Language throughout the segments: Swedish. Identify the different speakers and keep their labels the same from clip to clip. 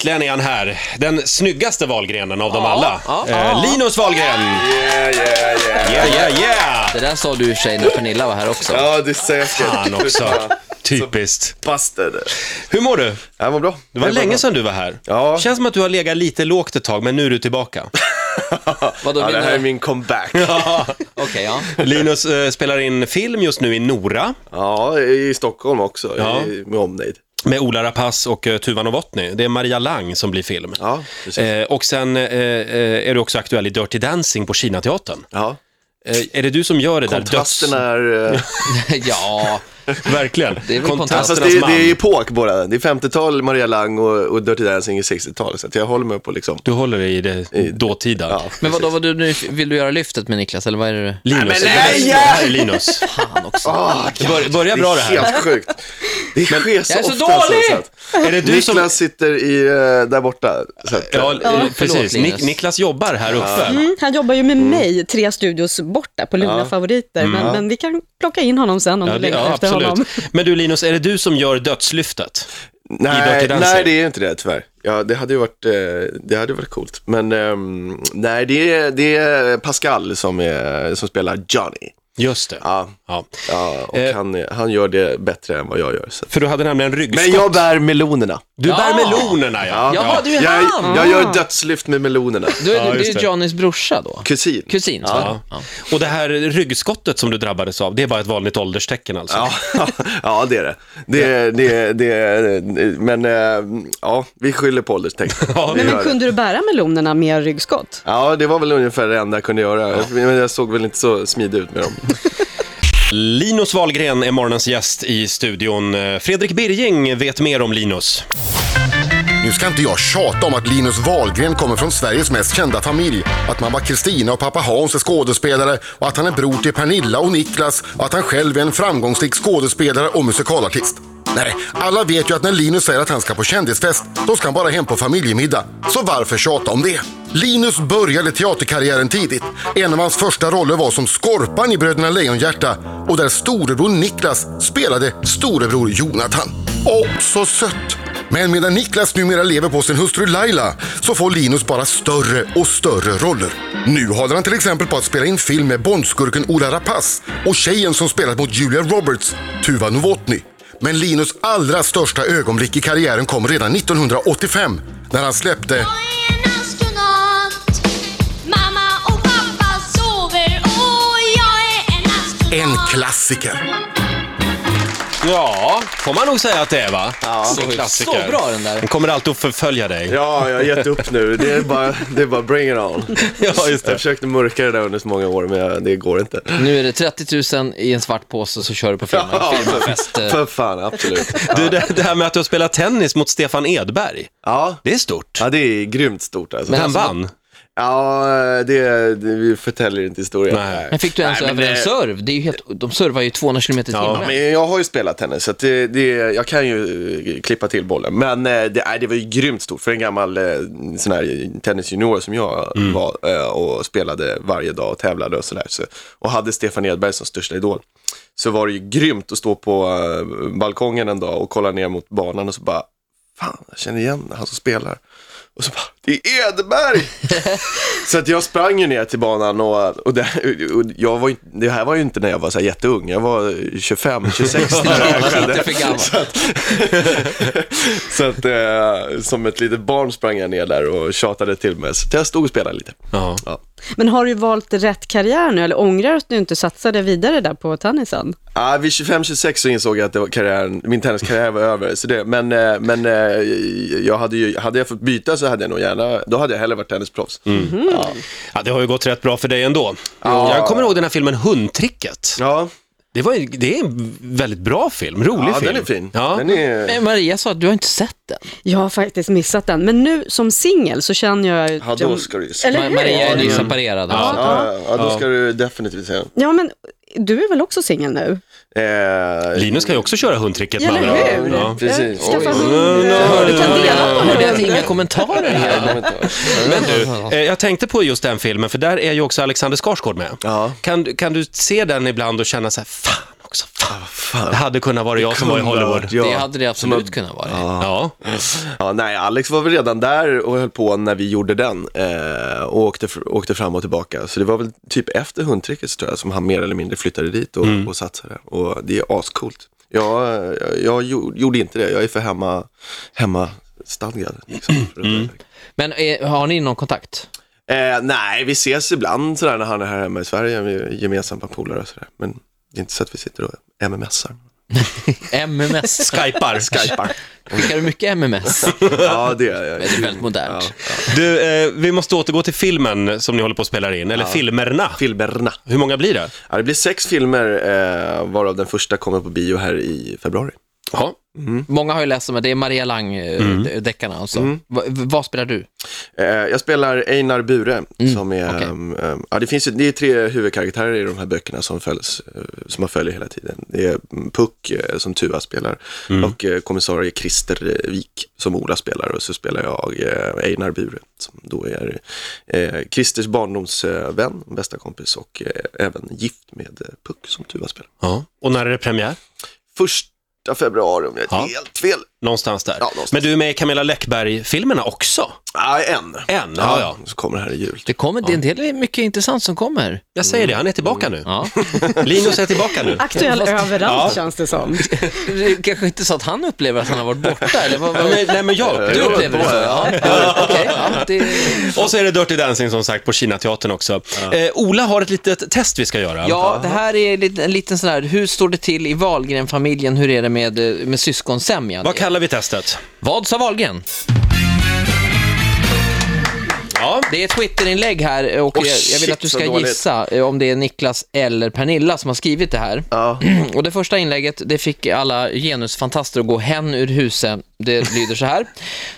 Speaker 1: Äntligen är han här. Den snyggaste valgrenen av dem alla.
Speaker 2: ja,
Speaker 1: Eh, Linus Wahlgren!
Speaker 3: Yeah, yeah, yeah.
Speaker 1: Yeah, yeah, yeah!
Speaker 2: Det där sa du i och för sig när Pernilla var här också.
Speaker 3: Ja, det är säkert.
Speaker 1: Han också. Typiskt.
Speaker 3: Bastard.
Speaker 1: Hur mår du?
Speaker 3: Det här var bra.
Speaker 1: Det var länge sedan du var här.
Speaker 3: Ja.
Speaker 1: Känns som att du har legat lite lågt ett tag, men nu är du tillbaka.
Speaker 2: Vadå,
Speaker 3: Ja, det
Speaker 2: menar
Speaker 3: här
Speaker 2: du?
Speaker 3: är min comeback.
Speaker 2: Okej, ja.
Speaker 1: Linus eh, spelar in film just nu i Nora
Speaker 3: Ja, i Stockholm också,
Speaker 1: Ja.
Speaker 3: i, med omnejd.
Speaker 1: med Ola Rapace och eh, Tuva Novotny. Det är Maria Lang som blir film.
Speaker 3: Ja, precis.
Speaker 1: Eh, och sen eh, eh, är du också aktuell i Dirty Dancing på Kinateatern.
Speaker 3: Ja.
Speaker 1: Eh, är det du som gör det där döds...
Speaker 3: Kontrasten är... eh,
Speaker 2: ja.
Speaker 1: Verkligen.
Speaker 2: Det är väl
Speaker 3: Alltså,
Speaker 1: Kontrasternas
Speaker 3: det, är-
Speaker 1: man.
Speaker 3: det är epok båda. Det är 50-tal Maria Lang och, och Dirty Dancing i 60-tal. Så att jag håller mig på liksom...
Speaker 1: Du håller dig i det dåtida.
Speaker 3: Ja,
Speaker 2: Men vadå, vad du, nu, vill du göra lyftet med Niklas, eller vad är det du?
Speaker 1: Linus.
Speaker 3: Nej, men nej!
Speaker 1: Det här är Linus.
Speaker 2: Fan också.
Speaker 1: Det bör, börjar bra det
Speaker 3: Det är
Speaker 1: här.
Speaker 3: helt sjukt. Det sker så,
Speaker 2: Jag är så
Speaker 3: ofta.
Speaker 2: dålig!
Speaker 3: Så att,
Speaker 1: Är det du
Speaker 3: Niklas
Speaker 1: som...
Speaker 3: sitter i, eh, där borta. Så att,
Speaker 1: Ja, eh, precis.
Speaker 2: Förlåt, Linus.
Speaker 1: Nik- Niklas jobbar här uppe.
Speaker 4: Mm, han jobbar ju med mig tre studios borta på Lugna favoriter, men, men vi kan plocka in honom sen om
Speaker 1: Ja,
Speaker 4: du
Speaker 1: det,
Speaker 4: längtar
Speaker 1: ja,
Speaker 4: efter honom.
Speaker 1: absolut. Men du Linus, är det du som gör dödslyftet? Dirty
Speaker 3: Nej,
Speaker 1: Dancing.
Speaker 3: nej, det är inte det tyvärr. Ja, det hade ju varit, eh, det hade varit coolt. Men ehm, nej, det är, det är Pascal som, är, som spelar Johnny.
Speaker 1: Just det.
Speaker 3: Ja,
Speaker 1: Ja.
Speaker 3: ja och
Speaker 1: Eh.
Speaker 3: han, är- han gör det bättre än vad jag gör. Så.
Speaker 1: För du hade nämligen ryggskott.
Speaker 3: Men jag bär melonerna.
Speaker 1: Du bär
Speaker 2: Ja.
Speaker 1: melonerna ja.
Speaker 2: Jaha, du är
Speaker 3: jag,
Speaker 2: han!
Speaker 3: jag gör dödslyft med melonerna.
Speaker 2: Du är,
Speaker 1: Ja,
Speaker 2: du
Speaker 1: just
Speaker 2: är
Speaker 1: det.
Speaker 2: Johnnys brorsa då?
Speaker 3: Kusin.
Speaker 2: Kusin, så.
Speaker 1: Ja. Och det här ryggskottet som du drabbades av, det är bara ett vanligt ålderstecken alltså?
Speaker 3: Ja, ja, det är det. det, är- det, är- det är- men eh, ja, vi skyller på ålderstecken.
Speaker 1: Ja.
Speaker 3: Vi
Speaker 4: Men,
Speaker 3: gör
Speaker 4: men
Speaker 3: det.
Speaker 4: kunde du bära melonerna med ryggskott?
Speaker 3: Ja, det var väl ungefär det enda jag kunde göra. Men jag såg väl inte så smidig ut med dem.
Speaker 1: Linus Wahlgren är morgonens gäst i studion. Eh, Fredrik Birging vet mer om Linus.
Speaker 5: Nu ska inte jag tjata om att Linus Wahlgren kommer från Sveriges mest kända familj, att mamma Kristina och pappa Hans är skådespelare och att han är bror till Pernilla och Niklas och att han själv är en framgångsrik skådespelare och musikalartist. Nej, alla vet ju att när Linus säger att han ska på kändisfest, då ska han bara hem på familjemiddag. Så varför tjata om det? Linus började teaterkarriären tidigt. En av hans första roller var som Skorpan i Bröderna Lejonhjärta och där storebror Niklas spelade storebror Jonathan. Och så sött! Men medan Niklas numera lever på sin hustru Laila så får Linus bara större och större roller. Nu håller han till exempel på att spela in film med Bondskurken Ola Rapace och tjejen som spelat mot Julia Roberts, Tuva Novotny. Men Linus allra största ögonblick i karriären kom redan 1985 när han släppte
Speaker 6: Jag är en astronaut. Mamma och pappa sover och jag är en astronaut.
Speaker 5: en klassiker.
Speaker 1: Ja, får man nog säga att det är va? Ja,
Speaker 2: Så bra den där.
Speaker 1: Den kommer alltid att förfölja dig.
Speaker 3: Ja, jag har gett upp nu. Det är bara, det är bara bring it on.
Speaker 1: Ja, just
Speaker 3: Jag försökte mörka det där under så många år, men jag, det går inte.
Speaker 2: Nu är det 30 000 i en svart påse så kör du på filmen.
Speaker 3: Ja,
Speaker 2: Filmfest.
Speaker 3: för, för fan, absolut.
Speaker 1: Du, det, det här med att du har spelat tennis mot Stefan Edberg,
Speaker 3: Ja.
Speaker 1: det är stort.
Speaker 3: ja, det är grymt stort alltså.
Speaker 1: Vem
Speaker 2: alltså,
Speaker 1: vann?
Speaker 3: Ja, det, det, vi förtäljer inte historien.
Speaker 1: Nej.
Speaker 2: Men fick du ens
Speaker 3: Nej, men
Speaker 2: över en
Speaker 3: det-
Speaker 2: serv? Det är ju helt, de servar ju 200 km i timmen.
Speaker 1: Ja,
Speaker 3: Men jag har ju spelat tennis, så att det, det, jag kan ju eh, klippa till bollen. Men eh, det, nej, det var ju grymt stort för en gammal eh, sån här tennisjunior som jag var eh, och spelade varje dag och tävlade och sådär. Så, och hade Stefan Edberg som största idol. Så var det ju grymt att stå på eh, balkongen en dag och kolla ner mot banan och så bara, fan, jag känner igen han som spelar. Och så bara, det är Edberg! Så att jag sprang ju ner till banan och, och, det, och jag var, ju- det här var ju inte när jag var så här jätteung. Jag var 25, 26 när det här
Speaker 2: Lite
Speaker 3: skedde.
Speaker 2: för gammal.
Speaker 3: Så att, så att eh, som ett litet barn sprang jag ner där och tjatade till mig. Så jag stod och spelade lite.
Speaker 1: Ja.
Speaker 3: Ja.
Speaker 4: Men har du valt rätt karriär nu, eller ångrar du att du inte satsade vidare där på tennisen?
Speaker 3: Ah, vid 25-26 så insåg jag att det var karriären, min tenniskarriär var över. Så det, men eh, men eh, jag hade, ju, hade jag fått byta så hade jag nog gärna, då hade jag hellre varit tennisproffs.
Speaker 2: Mm.
Speaker 1: Ja, det har ju gått rätt bra för dig ändå. Jag kommer ihåg den här filmen Hundtricket.
Speaker 3: Ja,
Speaker 1: Det, var, ju- det är en väldigt bra film, rolig
Speaker 3: ja
Speaker 1: film.
Speaker 3: den är fin.
Speaker 1: Ja.
Speaker 3: Den är,
Speaker 2: Men Maria sa att du har inte sett den.
Speaker 4: Jag har faktiskt missat den, men nu som singel så känner jag...
Speaker 3: ja, då ska du ju se.
Speaker 4: Eller
Speaker 2: Ma-
Speaker 4: hur?
Speaker 2: Maria är nyss separerad. Alltså.
Speaker 3: Ja, ja, då ska du definitivt se den.
Speaker 4: Ja, men du är väl också singel nu?
Speaker 3: Eh,
Speaker 1: Linus kan ju också köra Hundtricket.
Speaker 4: Ja,
Speaker 1: med
Speaker 4: eller
Speaker 1: andra
Speaker 4: hur?
Speaker 1: ord. Ja.
Speaker 3: Precis.
Speaker 4: Skaffa
Speaker 3: Oj.
Speaker 4: hund, eh, du kan dela på
Speaker 2: Hörde jag
Speaker 4: hund.
Speaker 2: att inga kommentarer
Speaker 3: Nej,
Speaker 2: här?
Speaker 3: det var inte-
Speaker 1: Men du, eh, jag tänkte på just den filmen, för där är ju också Alexander Skarsgård med.
Speaker 3: Ja.
Speaker 1: Kan, kan du se den ibland och känna så här, fan
Speaker 2: också. Fan.
Speaker 1: Det hade kunnat vara jag som var i Hollywood.
Speaker 3: Ja.
Speaker 2: Det hade det absolut kunnat vara.
Speaker 1: Ja.
Speaker 3: Ja, nej, Alex var väl redan där och höll på när vi gjorde den eh, och åkte, fr- åkte fram och tillbaka. Så det var väl typ efter hundtricket tror jag som han mer eller mindre flyttade dit och,
Speaker 1: Mm.
Speaker 3: och satsade. Och det är ascoolt. Jag, eh, jag gjo- gjorde inte det, jag är för hemma, hemmastadgad. Liksom, för att-
Speaker 1: Mm.
Speaker 2: Men eh, har ni någon kontakt?
Speaker 3: eh, nej, vi ses ibland sådär när han är här hemma i Sverige, vi är gemensamma polare och sådär. Men det är inte så att vi sitter och mmsar.
Speaker 2: MMS?
Speaker 1: Skypar.
Speaker 3: Skypar.
Speaker 2: Skickar du mycket MMS?
Speaker 3: ja, det är jag.
Speaker 2: Det är väldigt modernt.
Speaker 1: Du, eh, vi måste återgå till filmen som ni håller på att spela in, eller filmerna.
Speaker 3: Filmerna.
Speaker 1: Hur många blir det?
Speaker 3: Ja, det blir sex filmer, eh, varav den första kommer på bio här i februari.
Speaker 1: Ja.
Speaker 2: Många har ju läst om det, det är Maria Lang-deckarna alltså. Va, vad spelar du?
Speaker 3: Eh, jag spelar Einar Bure,
Speaker 1: Mm,
Speaker 3: som är...
Speaker 2: okej.
Speaker 3: ehm, ehm, ja, det, finns ju, det är tre huvudkaraktärer i de här böckerna som, följs, eh, som man följer hela tiden. Det är mm, Puck, eh, som Tuva spelar,
Speaker 1: Mm.
Speaker 3: och eh, kommissarie Christer eh, Wik, som Ola spelar, och så spelar jag eh, Einar Bure, som då är eh, Christers barndomsvän, bästa kompis, och eh, även gift med eh, Puck, som Tuva spelar.
Speaker 1: ja. Och när är det premiär?
Speaker 3: Första februari, om jag inte
Speaker 1: Ja.
Speaker 3: helt fel.
Speaker 1: Någonstans där.
Speaker 3: Ja, någonstans.
Speaker 1: Men du är med i Camilla Läckberg-filmerna också.
Speaker 3: Ja, en.
Speaker 1: En, ja, ja.
Speaker 3: Så kommer det här i jul.
Speaker 2: Det kommer, det är en del mycket intressant som kommer.
Speaker 1: Jag säger det, han är tillbaka
Speaker 3: Mm.
Speaker 1: nu.
Speaker 2: Ja.
Speaker 1: Linus är tillbaka nu.
Speaker 4: Aktuell
Speaker 2: Fast-
Speaker 4: överallt känns det som.
Speaker 2: Det är kanske inte så att han upplever att han har varit borta, eller vad,
Speaker 1: Ja,
Speaker 2: vad
Speaker 1: men, nej, men jag
Speaker 2: du upplever det så? Ja, ja, okej. Ja, det...
Speaker 1: Och så är det Dirty Dancing som sagt på Kinateatern också. Eh, Ola har ett litet test vi ska göra.
Speaker 2: ja, det här är lite- en liten sån här, hur står det till i Wahlgren-familjen, hur är det med, eh, med syskonsämjan?
Speaker 1: Vad kallar vi testet?
Speaker 2: Vad sa Wahlgren?
Speaker 1: Ja.
Speaker 2: Det är ett Twitterinlägg här och
Speaker 3: Åh,
Speaker 2: jag, jag vill
Speaker 3: shit,
Speaker 2: att du
Speaker 3: så
Speaker 2: ska
Speaker 3: dåligt.
Speaker 2: gissa eh, om det är Niklas eller Pernilla som har skrivit det här.
Speaker 3: Ja.
Speaker 2: Och det första inlägget, det fick alla genusfantaster att gå hen ur huset. Det lyder så här.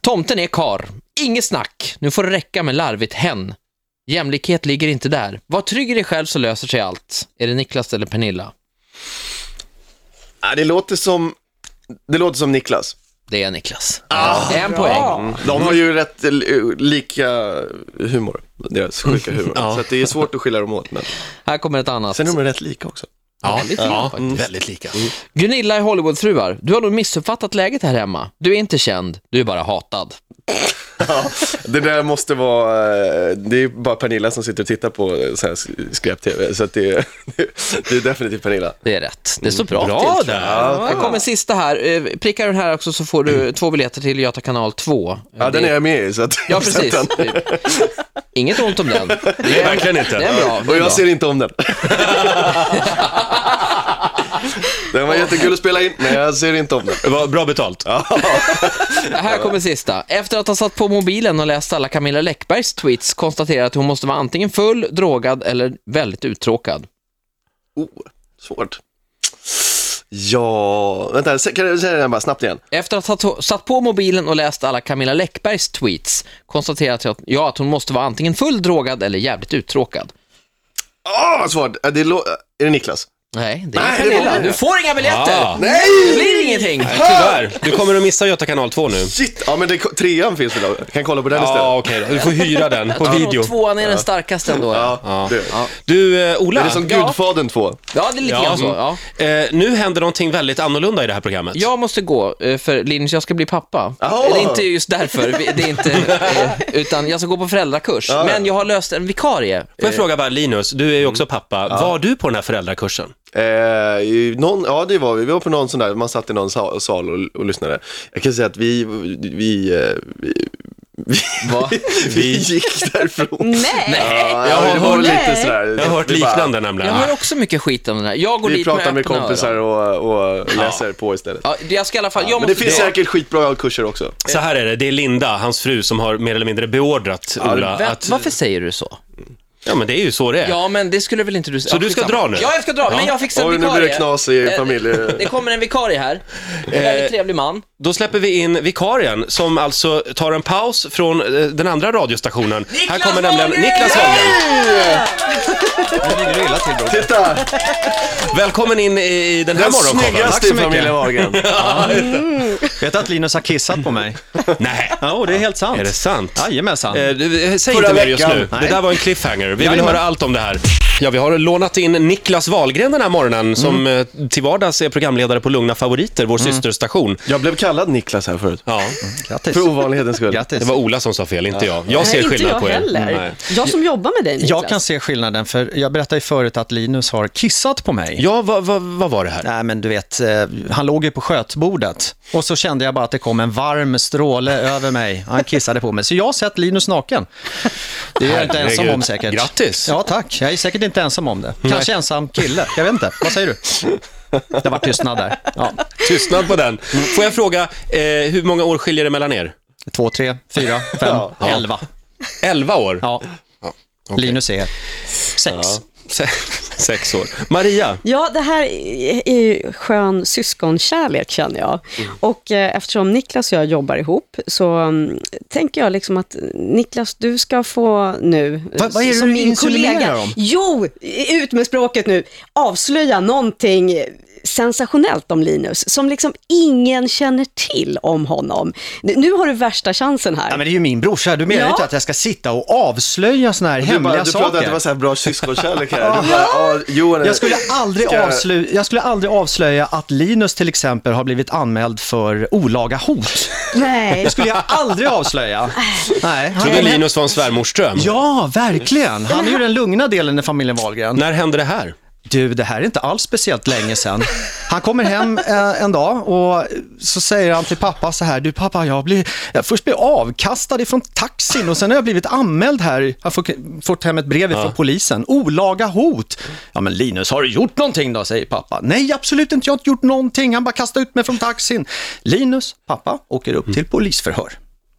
Speaker 2: Tomten är kar. Inget snack. Nu får det räcka med larvigt hen. Jämlikhet ligger inte där. Var trygg i dig själv så löser sig allt. Är det Niklas eller Pernilla?
Speaker 3: Ja, Äh, det, låter som, det låter som Niklas.
Speaker 2: Det är Niklas.
Speaker 1: Ah,
Speaker 2: en poäng.
Speaker 3: De har ju rätt eh, lika humor, deras sjuka humor. Så att det är svårt att skilja dem åt. Men...
Speaker 2: Här kommer ett annat.
Speaker 3: Mm. Sen är de rätt lika också.
Speaker 1: Ja,
Speaker 2: Väldigt lika
Speaker 1: ja, Mm.
Speaker 2: faktiskt.
Speaker 1: väldigt lika.
Speaker 2: Gunilla är Hollywoodfruar. Du har nog missuppfattat läget här hemma. Du är inte känd, du är bara hatad.
Speaker 3: Det där måste vara, eh, det är bara Pernilla som sitter och tittar på eh, så här sk- skräp-tv. Så att det, det är definitivt Pernilla.
Speaker 2: Det är rätt. Det står bra,
Speaker 1: Bra
Speaker 2: till.
Speaker 1: där.
Speaker 2: Här kommer sista här. Eh, Prickar du den här också så får du
Speaker 1: Mm.
Speaker 2: två biljetter till Göta kanal 2.
Speaker 3: Ja, den är jag med i. Så att,
Speaker 2: Ja, precis. Typ. Inget ont om den. Det är,
Speaker 1: Verkligen
Speaker 2: det är
Speaker 1: inte.
Speaker 2: en bra. Det
Speaker 3: Och
Speaker 2: är bra.
Speaker 3: jag ser inte om den. den var jättekul att spela in, men jag ser inte om den.
Speaker 1: Det var Bra betalt.
Speaker 2: Här kommer sista. Efter att ha satt på mobilen och läst alla Camilla Läckbergs tweets konstaterar jag att hon måste vara antingen full, drogad eller väldigt uttråkad.
Speaker 3: Oh, svårt. Ja, vänta, se- kan du säga den bara snabbt igen?
Speaker 2: Efter att ha to- satt på mobilen och läst alla Camilla Läckbergs tweets konstaterar jag- jag att hon måste vara antingen full, drogad eller jävligt uttråkad.
Speaker 3: Åh, vad svårt! Äh, Det lå- är det Niklas?
Speaker 2: Nej, det är
Speaker 3: Nej, det var
Speaker 2: Pernilla.
Speaker 3: det.
Speaker 2: Du får inga biljetter!
Speaker 1: Ah.
Speaker 3: Nej!
Speaker 2: Det blir ingenting!
Speaker 1: Tyvärr, du kommer att missa Göta kanal 2 nu.
Speaker 3: Shit! Ja, men det, trean finns väl då? Jag Kan kolla på den
Speaker 1: Ja,
Speaker 3: istället?
Speaker 1: okej då. Du får hyra den på
Speaker 2: Jag tror
Speaker 1: video.
Speaker 2: nog Tvåan är den starkaste ändå. Ja,
Speaker 3: Ja, det.
Speaker 1: Du, eh, Ola.
Speaker 3: Är det som
Speaker 2: Ja.
Speaker 3: Gudfadern 2?
Speaker 2: ja det är lite grann så. Ja.
Speaker 1: Eh, nu händer någonting väldigt annorlunda i det här programmet.
Speaker 2: Jag måste gå, eh, för Linus, jag ska bli pappa. Eh,
Speaker 3: Jaha.
Speaker 2: Det är inte just därför, vi- det är inte, eh, utan jag ska gå på föräldrakurs. Men jag har löst en vikarie.
Speaker 1: Får jag fråga bara, Linus, du är ju också pappa. Var du på den här föräldrakursen?
Speaker 3: Eh, i någon, ja, det var vi. Vi var på någon sån där, man satt i någon sa- sal och, och lyssnade. Jag kan säga att vi, vi, eh, vi,
Speaker 2: Va?
Speaker 3: vi gick därifrån.
Speaker 4: Nej!
Speaker 3: Ja, ja, det var väl lite sådär.
Speaker 1: Jag har hört
Speaker 3: Vi bara-
Speaker 1: liknande
Speaker 2: Jag
Speaker 1: nämligen.
Speaker 2: har också mycket skit om den här. Jag går
Speaker 3: Vi
Speaker 2: dit
Speaker 3: pratar med
Speaker 2: öppna
Speaker 3: kompisar
Speaker 2: öron.
Speaker 3: och, och läser på istället.
Speaker 2: Ja, jag ska i alla fall, jag
Speaker 3: Men
Speaker 2: måste
Speaker 3: det finns
Speaker 2: gå.
Speaker 3: säkert skitbra kurser också.
Speaker 1: Så här är det, det är Linda, hans fru, som har mer eller mindre beordrat Ola
Speaker 2: Vä-
Speaker 1: att...
Speaker 2: Varför säger du så?
Speaker 1: Ja, men det är ju så det är.
Speaker 2: Ja, men det skulle väl inte du säga?
Speaker 1: Så du ska dra nu?
Speaker 2: Ja, jag ska dra, men jag fixar en
Speaker 3: Oj,
Speaker 2: vikarie. Eh,
Speaker 3: nu blir det knas i Eh, familje...
Speaker 2: Det kommer en vikarie här. Det är en trevlig man.
Speaker 1: Då släpper vi in vikarien som alltså tar en paus från eh, den andra radiostationen. Niklas Här kommer nämligen
Speaker 2: Wahlgren!
Speaker 1: Niklas Wahlgren.
Speaker 3: Titta!
Speaker 1: Välkommen in i den här
Speaker 3: Den
Speaker 1: morgonshowen.
Speaker 3: snyggaste i familjen Wahlgren.
Speaker 7: Vet du att Linus har kissat på mig?
Speaker 1: Nej,
Speaker 7: Ja, och det är helt sant.
Speaker 1: är det sant?
Speaker 7: Jajamensan.
Speaker 1: Eh, du, eh, Säg
Speaker 3: Förra
Speaker 1: inte mer just
Speaker 3: veckan.
Speaker 1: nu. Det
Speaker 7: Nej.
Speaker 1: där var en cliffhanger. Vi vill
Speaker 7: Jajamän.
Speaker 1: höra allt om det här. Ja, vi har lånat in Niklas Wahlgren den här morgonen som eh, till vardags är programledare på Lugna Favoriter, vår systerstation.
Speaker 3: Jag blev kallad Niklas här förut.
Speaker 1: Ja,
Speaker 7: Grattis.
Speaker 3: För ovanlighetens skull.
Speaker 7: Grattis.
Speaker 1: det var Ola som sa fel, inte jag. Jag
Speaker 4: Nej,
Speaker 1: ser
Speaker 4: inte
Speaker 1: skillnad
Speaker 4: jag
Speaker 1: på er. Mm.
Speaker 4: heller.
Speaker 1: Nej.
Speaker 4: Jag som jobbar med dig, Niklas.
Speaker 7: Mm, Jag kan se skillnaden, för jag berättade ju förut att Linus har kissat på mig.
Speaker 1: Ja, vad vad- vad var det här?
Speaker 7: Nej, men du vet, eh, han låg ju på skötbordet och så kände jag bara att det kom en varm stråle över mig. Han kissade på mig. Så jag har sett Linus naken. Det är jag inte ensam
Speaker 1: Herregud.
Speaker 7: om säkert.
Speaker 1: Grattis.
Speaker 7: Ja, tack. Jag är säkert inte ensam om det. Kanske ensam kille. Jag vet inte. Vad säger du? Det var tystnad där. Ja.
Speaker 1: Tystnad på den. Får jag fråga, eh, hur många år skiljer det mellan er?
Speaker 7: Två, tre, fyra, fem, elva.
Speaker 1: Elva år?
Speaker 7: Ja. Linus är sex.
Speaker 1: Se- Sex år. Maria,
Speaker 4: Ja, det här är är ju skön syskonkärlek känner jag.
Speaker 7: Mm.
Speaker 4: Och eh, eftersom Niklas och jag jobbar ihop så mm, tänker jag liksom att eh, Niklas, du ska få nu... eh,
Speaker 7: Vad- vad är det
Speaker 4: som
Speaker 7: du
Speaker 4: min
Speaker 7: insinuerar
Speaker 4: kollega.
Speaker 7: om?
Speaker 4: Jo, ut med språket nu. Avslöja någonting sensationellt om Linus, som liksom ingen känner till om honom. Nu- Nu har du värsta chansen här.
Speaker 7: Ja, men det är ju min brorsa. Du menar ju
Speaker 4: Ja.
Speaker 7: inte att jag ska sitta och avslöja såna här
Speaker 3: Du,
Speaker 7: hemliga
Speaker 3: bara, du pratade
Speaker 7: saker?
Speaker 3: att det var så här bra syskonkärlek här. Du bara, ja, Johan är-
Speaker 7: Jag skulle, aldrig
Speaker 3: Ska-
Speaker 7: avslöja, jag skulle aldrig avslöja att Linus till exempel har blivit anmäld för olaga hot.
Speaker 4: Nej.
Speaker 7: Det skulle jag aldrig avslöja. Nej. han-
Speaker 1: trodde Linus var en svärmorsdröm.
Speaker 7: Ja, verkligen. Han är ju den lugna delen i familjen Wahlgren.
Speaker 1: När hände det här?
Speaker 7: Du, det här är inte alls speciellt länge sedan. Han kommer hem eh, en dag och så säger han till pappa så här, du pappa, jag blir, jag först blir avkastad ifrån taxin och sen har jag blivit anmäld här. Jag har fått, fått hem ett brev ifrån polisen. Olaga hot. Ja men Linus, har du gjort någonting då? säger pappa. Nej, absolut inte. Jag har inte gjort någonting. Han bara kastade ut mig från taxin. Linus, pappa, åker upp till polisförhör.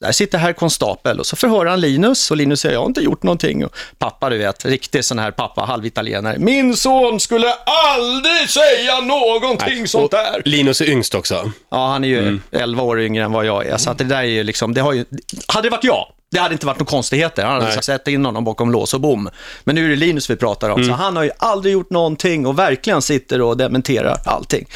Speaker 7: Där sitter herr konstapel och så förhör han Linus och Linus säger jag har inte gjort någonting. Och pappa du vet, riktig sån här pappa, halvitalienare. Min son skulle aldrig säga någonting sånt där.
Speaker 1: Linus är yngst också.
Speaker 7: Ja, han är ju 11 år yngre än vad jag är. Så att det där är ju liksom, det har ju, hade det varit jag, det hade inte varit några konstigheter. Han hade
Speaker 1: Nej.
Speaker 7: satt in honom bakom lås och bom. Men nu är det Linus vi pratar om, så han har ju aldrig gjort någonting och verkligen sitter och dementerar allting.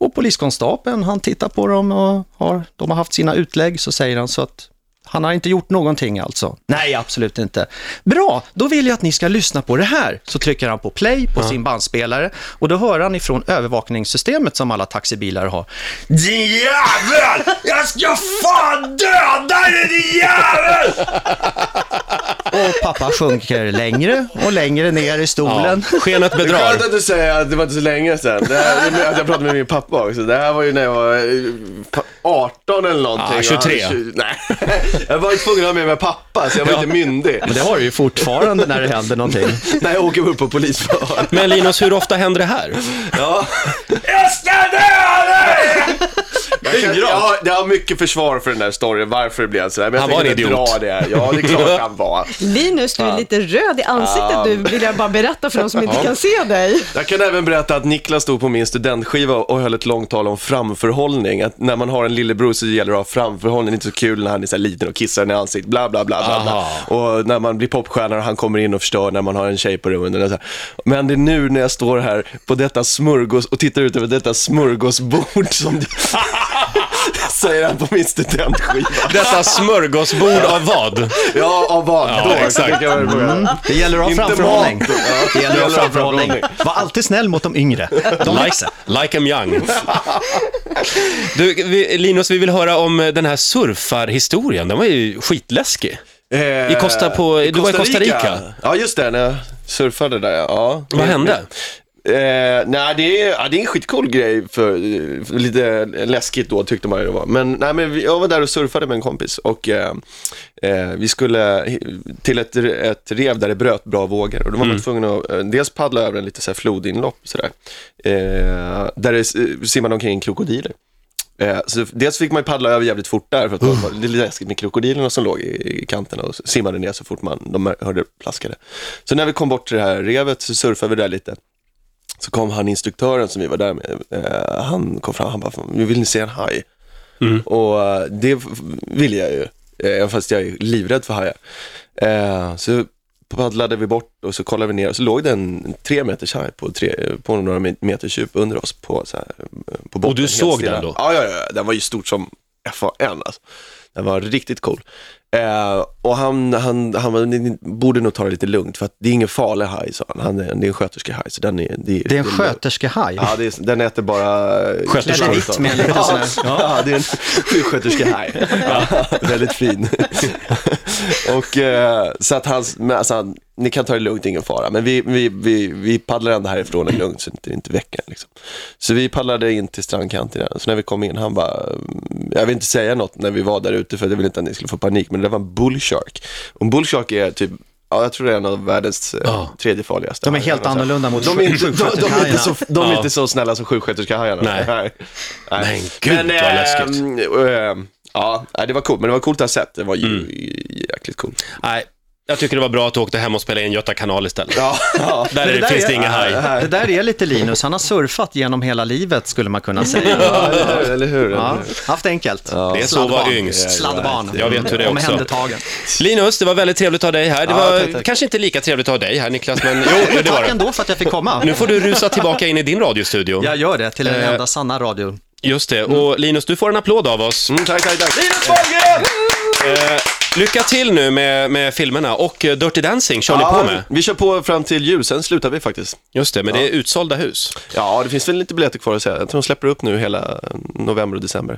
Speaker 7: Och poliskonstapeln, han tittar på dem och har, de har haft sina utlägg, så säger han så att han har inte gjort någonting alltså? Nej, absolut inte. Bra, då vill jag att ni ska lyssna på det här. Så trycker han på play på sin bandspelare och då hör han ifrån övervakningssystemet som alla taxibilar har. Din jävel! Jag ska fan döda dig din jävel! och pappa sjunker längre och längre ner i
Speaker 1: Ja.
Speaker 7: stolen.
Speaker 1: Skenet
Speaker 3: Det är
Speaker 1: bedrar.
Speaker 3: skönt att du säger att det var inte så länge sedan. Det här, att jag pratade med min pappa också. Det här var ju när jag var eh, pa- 18 eller någonting.
Speaker 1: Ah, 23.
Speaker 3: Jag, hade tju- nej. jag var ju tvungen att ha med mig pappa, så jag var inte myndig.
Speaker 7: Men det har du ju fortfarande när det händer någonting.
Speaker 3: När jag åker upp på polisförhör.
Speaker 1: Men Linus, hur ofta händer det här?
Speaker 3: Ja. Jag ska döda dig!
Speaker 7: Ingrott.
Speaker 3: Jag har, jag har mycket försvar för den där storyn, varför det blev sådär. Men jag
Speaker 1: Han var
Speaker 3: tänker
Speaker 1: en
Speaker 3: inte
Speaker 1: idiot.
Speaker 3: Dra det. Ja, det är klart han var.
Speaker 4: Linus, du är lite röd i ansiktet nu, vill jag bara berätta för de som inte kan se dig.
Speaker 3: Jag kan även berätta att Niklas stod på min studentskiva och höll ett långt tal om framförhållning. Att när man har en lillebror så gäller det att ha framförhållning. Det är inte så kul när han är så här liten och kissar en i ansiktet, bla bla bla. bla, bla. Och när man blir popstjärna och han kommer in och förstör när man har en tjej på rummet. Och så här. Men det är nu när jag står här på detta smörgås och tittar ut över detta smörgåsbord som du... Säger han på min studentskiva.
Speaker 1: Detta smörgåsbord av vad?
Speaker 3: Ja, av vad?
Speaker 1: Ja,
Speaker 3: Då,
Speaker 1: exakt.
Speaker 3: det kan jag väl börja.
Speaker 7: Mm. Det gäller att ha
Speaker 3: Inte
Speaker 7: framförhållning.
Speaker 3: mat. Ja,
Speaker 7: Det gäller att ha framförhållning. Var alltid snäll mot de yngre. De växer.
Speaker 1: Like, like I'm young. Du, vi, Linus, vi vill höra om den här surfarhistorien. Den var ju skitläskig.
Speaker 3: Eh,
Speaker 1: I Costa på- du var i Costa Rica.
Speaker 3: Ja, just det, när jag surfade där. Ja.
Speaker 1: Vad hände?
Speaker 3: Eh, nej, det är, ja, det är en skitcool grej, för, för lite läskigt då tyckte man ju det var. Men, nej, men vi- jag var där och surfade med en kompis och eh, eh, vi skulle hi- till ett, ett rev där det bröt bra vågor. Och då var
Speaker 1: Mm.
Speaker 3: man tvungen att eh, dels paddla över en lite så här flodinlopp, sådär, eh, där det eh, simmade omkring krokodiler. Eh, Så dels fick man ju paddla över jävligt fort där, för att det var lite läskigt med krokodilerna som låg i i kanterna och simmade ner så fort man, de hörde plaskade. Så när vi kom bort till det här revet så surfade vi där lite. Så kom han instruktören som vi var där med, eh, han kom fram, han bara, "Fan, vill ni se en haj?
Speaker 1: Mm.
Speaker 3: Och eh, det f- ville jag ju, eh, även fast jag är livrädd för hajar. Eh, så paddlade vi bort och så kollade vi ner och så låg det en tre meters haj på, tre, på några me- meters djup under oss på, så här, eh, på botten.
Speaker 1: du
Speaker 3: helt
Speaker 1: såg
Speaker 3: stilla.
Speaker 1: den då?
Speaker 3: Ja, ja, ja, den var ju stort som FAN alltså. Den var riktigt cool. Eh, och han, han, han var, ni borde nog ta det lite lugnt för att det är ingen farlig haj sa han. han är, det är en sköterskehaj. så Den är, det,
Speaker 7: Det är en sköterskehaj.
Speaker 3: Ja, det är, den äter bara... eh,
Speaker 1: Sköterskor.
Speaker 3: Ja,
Speaker 7: Vitt med en liten sån här.
Speaker 3: Ja, det är en sjuksköterskehaj. Ja, väldigt fin. och, eh, så att han, men alltså, han, ni kan ta det lugnt, ingen fara. Men vi, vi, vi, vi paddlar ändå härifrån det är lugnt så det inte väcker en, liksom. Så vi paddlade in till strandkanten igen. Så när vi kom in, han bara, mm, jag vill inte säga något när vi var där ute för jag ville inte att ni skulle få panik, men det var en bullshark. Och en bullshark är typ, ja, jag tror det är en av världens eh, tredje farligaste.
Speaker 7: De är
Speaker 3: hajar.
Speaker 7: helt annorlunda mot
Speaker 3: De är inte, de, de är inte,
Speaker 7: sjuksköterskehajarna.
Speaker 3: så, de är
Speaker 1: Ja.
Speaker 3: inte så snälla som sjuksköterskehajarna.
Speaker 1: Nej.
Speaker 3: Nej.
Speaker 1: Men gud, vad
Speaker 3: eh,
Speaker 1: läskigt.
Speaker 3: eh, ja, nej, det var coolt, men det var coolt att ha sett. Det var ju
Speaker 1: Mm.
Speaker 3: jäkligt coolt.
Speaker 1: Nej, jag tycker det var bra att du åkte hem och spelade in Göta kanal istället.
Speaker 3: Ja, ja.
Speaker 1: Där,
Speaker 7: Men
Speaker 1: är det
Speaker 7: där
Speaker 1: finns
Speaker 7: är-
Speaker 1: det ingen haj.
Speaker 7: Det där är lite Linus, han har surfat genom hela livet skulle man kunna säga.
Speaker 3: Ja, eller hur? Eller hur?
Speaker 7: Ja, haft enkelt.
Speaker 1: Det är så att vara yngst.
Speaker 7: Sladdbarn.
Speaker 1: Jag vet hur det är också.
Speaker 7: Omhändertagen.
Speaker 1: Linus, det var väldigt trevligt att ha dig här. Det
Speaker 3: Ja,
Speaker 1: var
Speaker 3: tack, tack.
Speaker 1: kanske inte lika trevligt att ha dig här Niklas, men jo, det var
Speaker 7: Tack
Speaker 1: det.
Speaker 7: ändå för att jag fick komma.
Speaker 1: Nu får du rusa tillbaka in i din radiostudio.
Speaker 7: Jag gör det till den
Speaker 1: Eh.
Speaker 7: enda sanna radion.
Speaker 1: Just det, och Linus, du får en applåd av oss.
Speaker 3: Mm, tack, tack, tack. Linus Wahlgren!
Speaker 1: Eh, lycka till nu med, med filmerna och eh, Dirty Dancing kör ni på med.
Speaker 3: vi kör på fram till jul, sen slutar vi faktiskt.
Speaker 1: Just det, men det är utsålda hus.
Speaker 3: Ja, det finns väl lite biljetter kvar att säga. Jag tror de släpper upp nu hela november och december.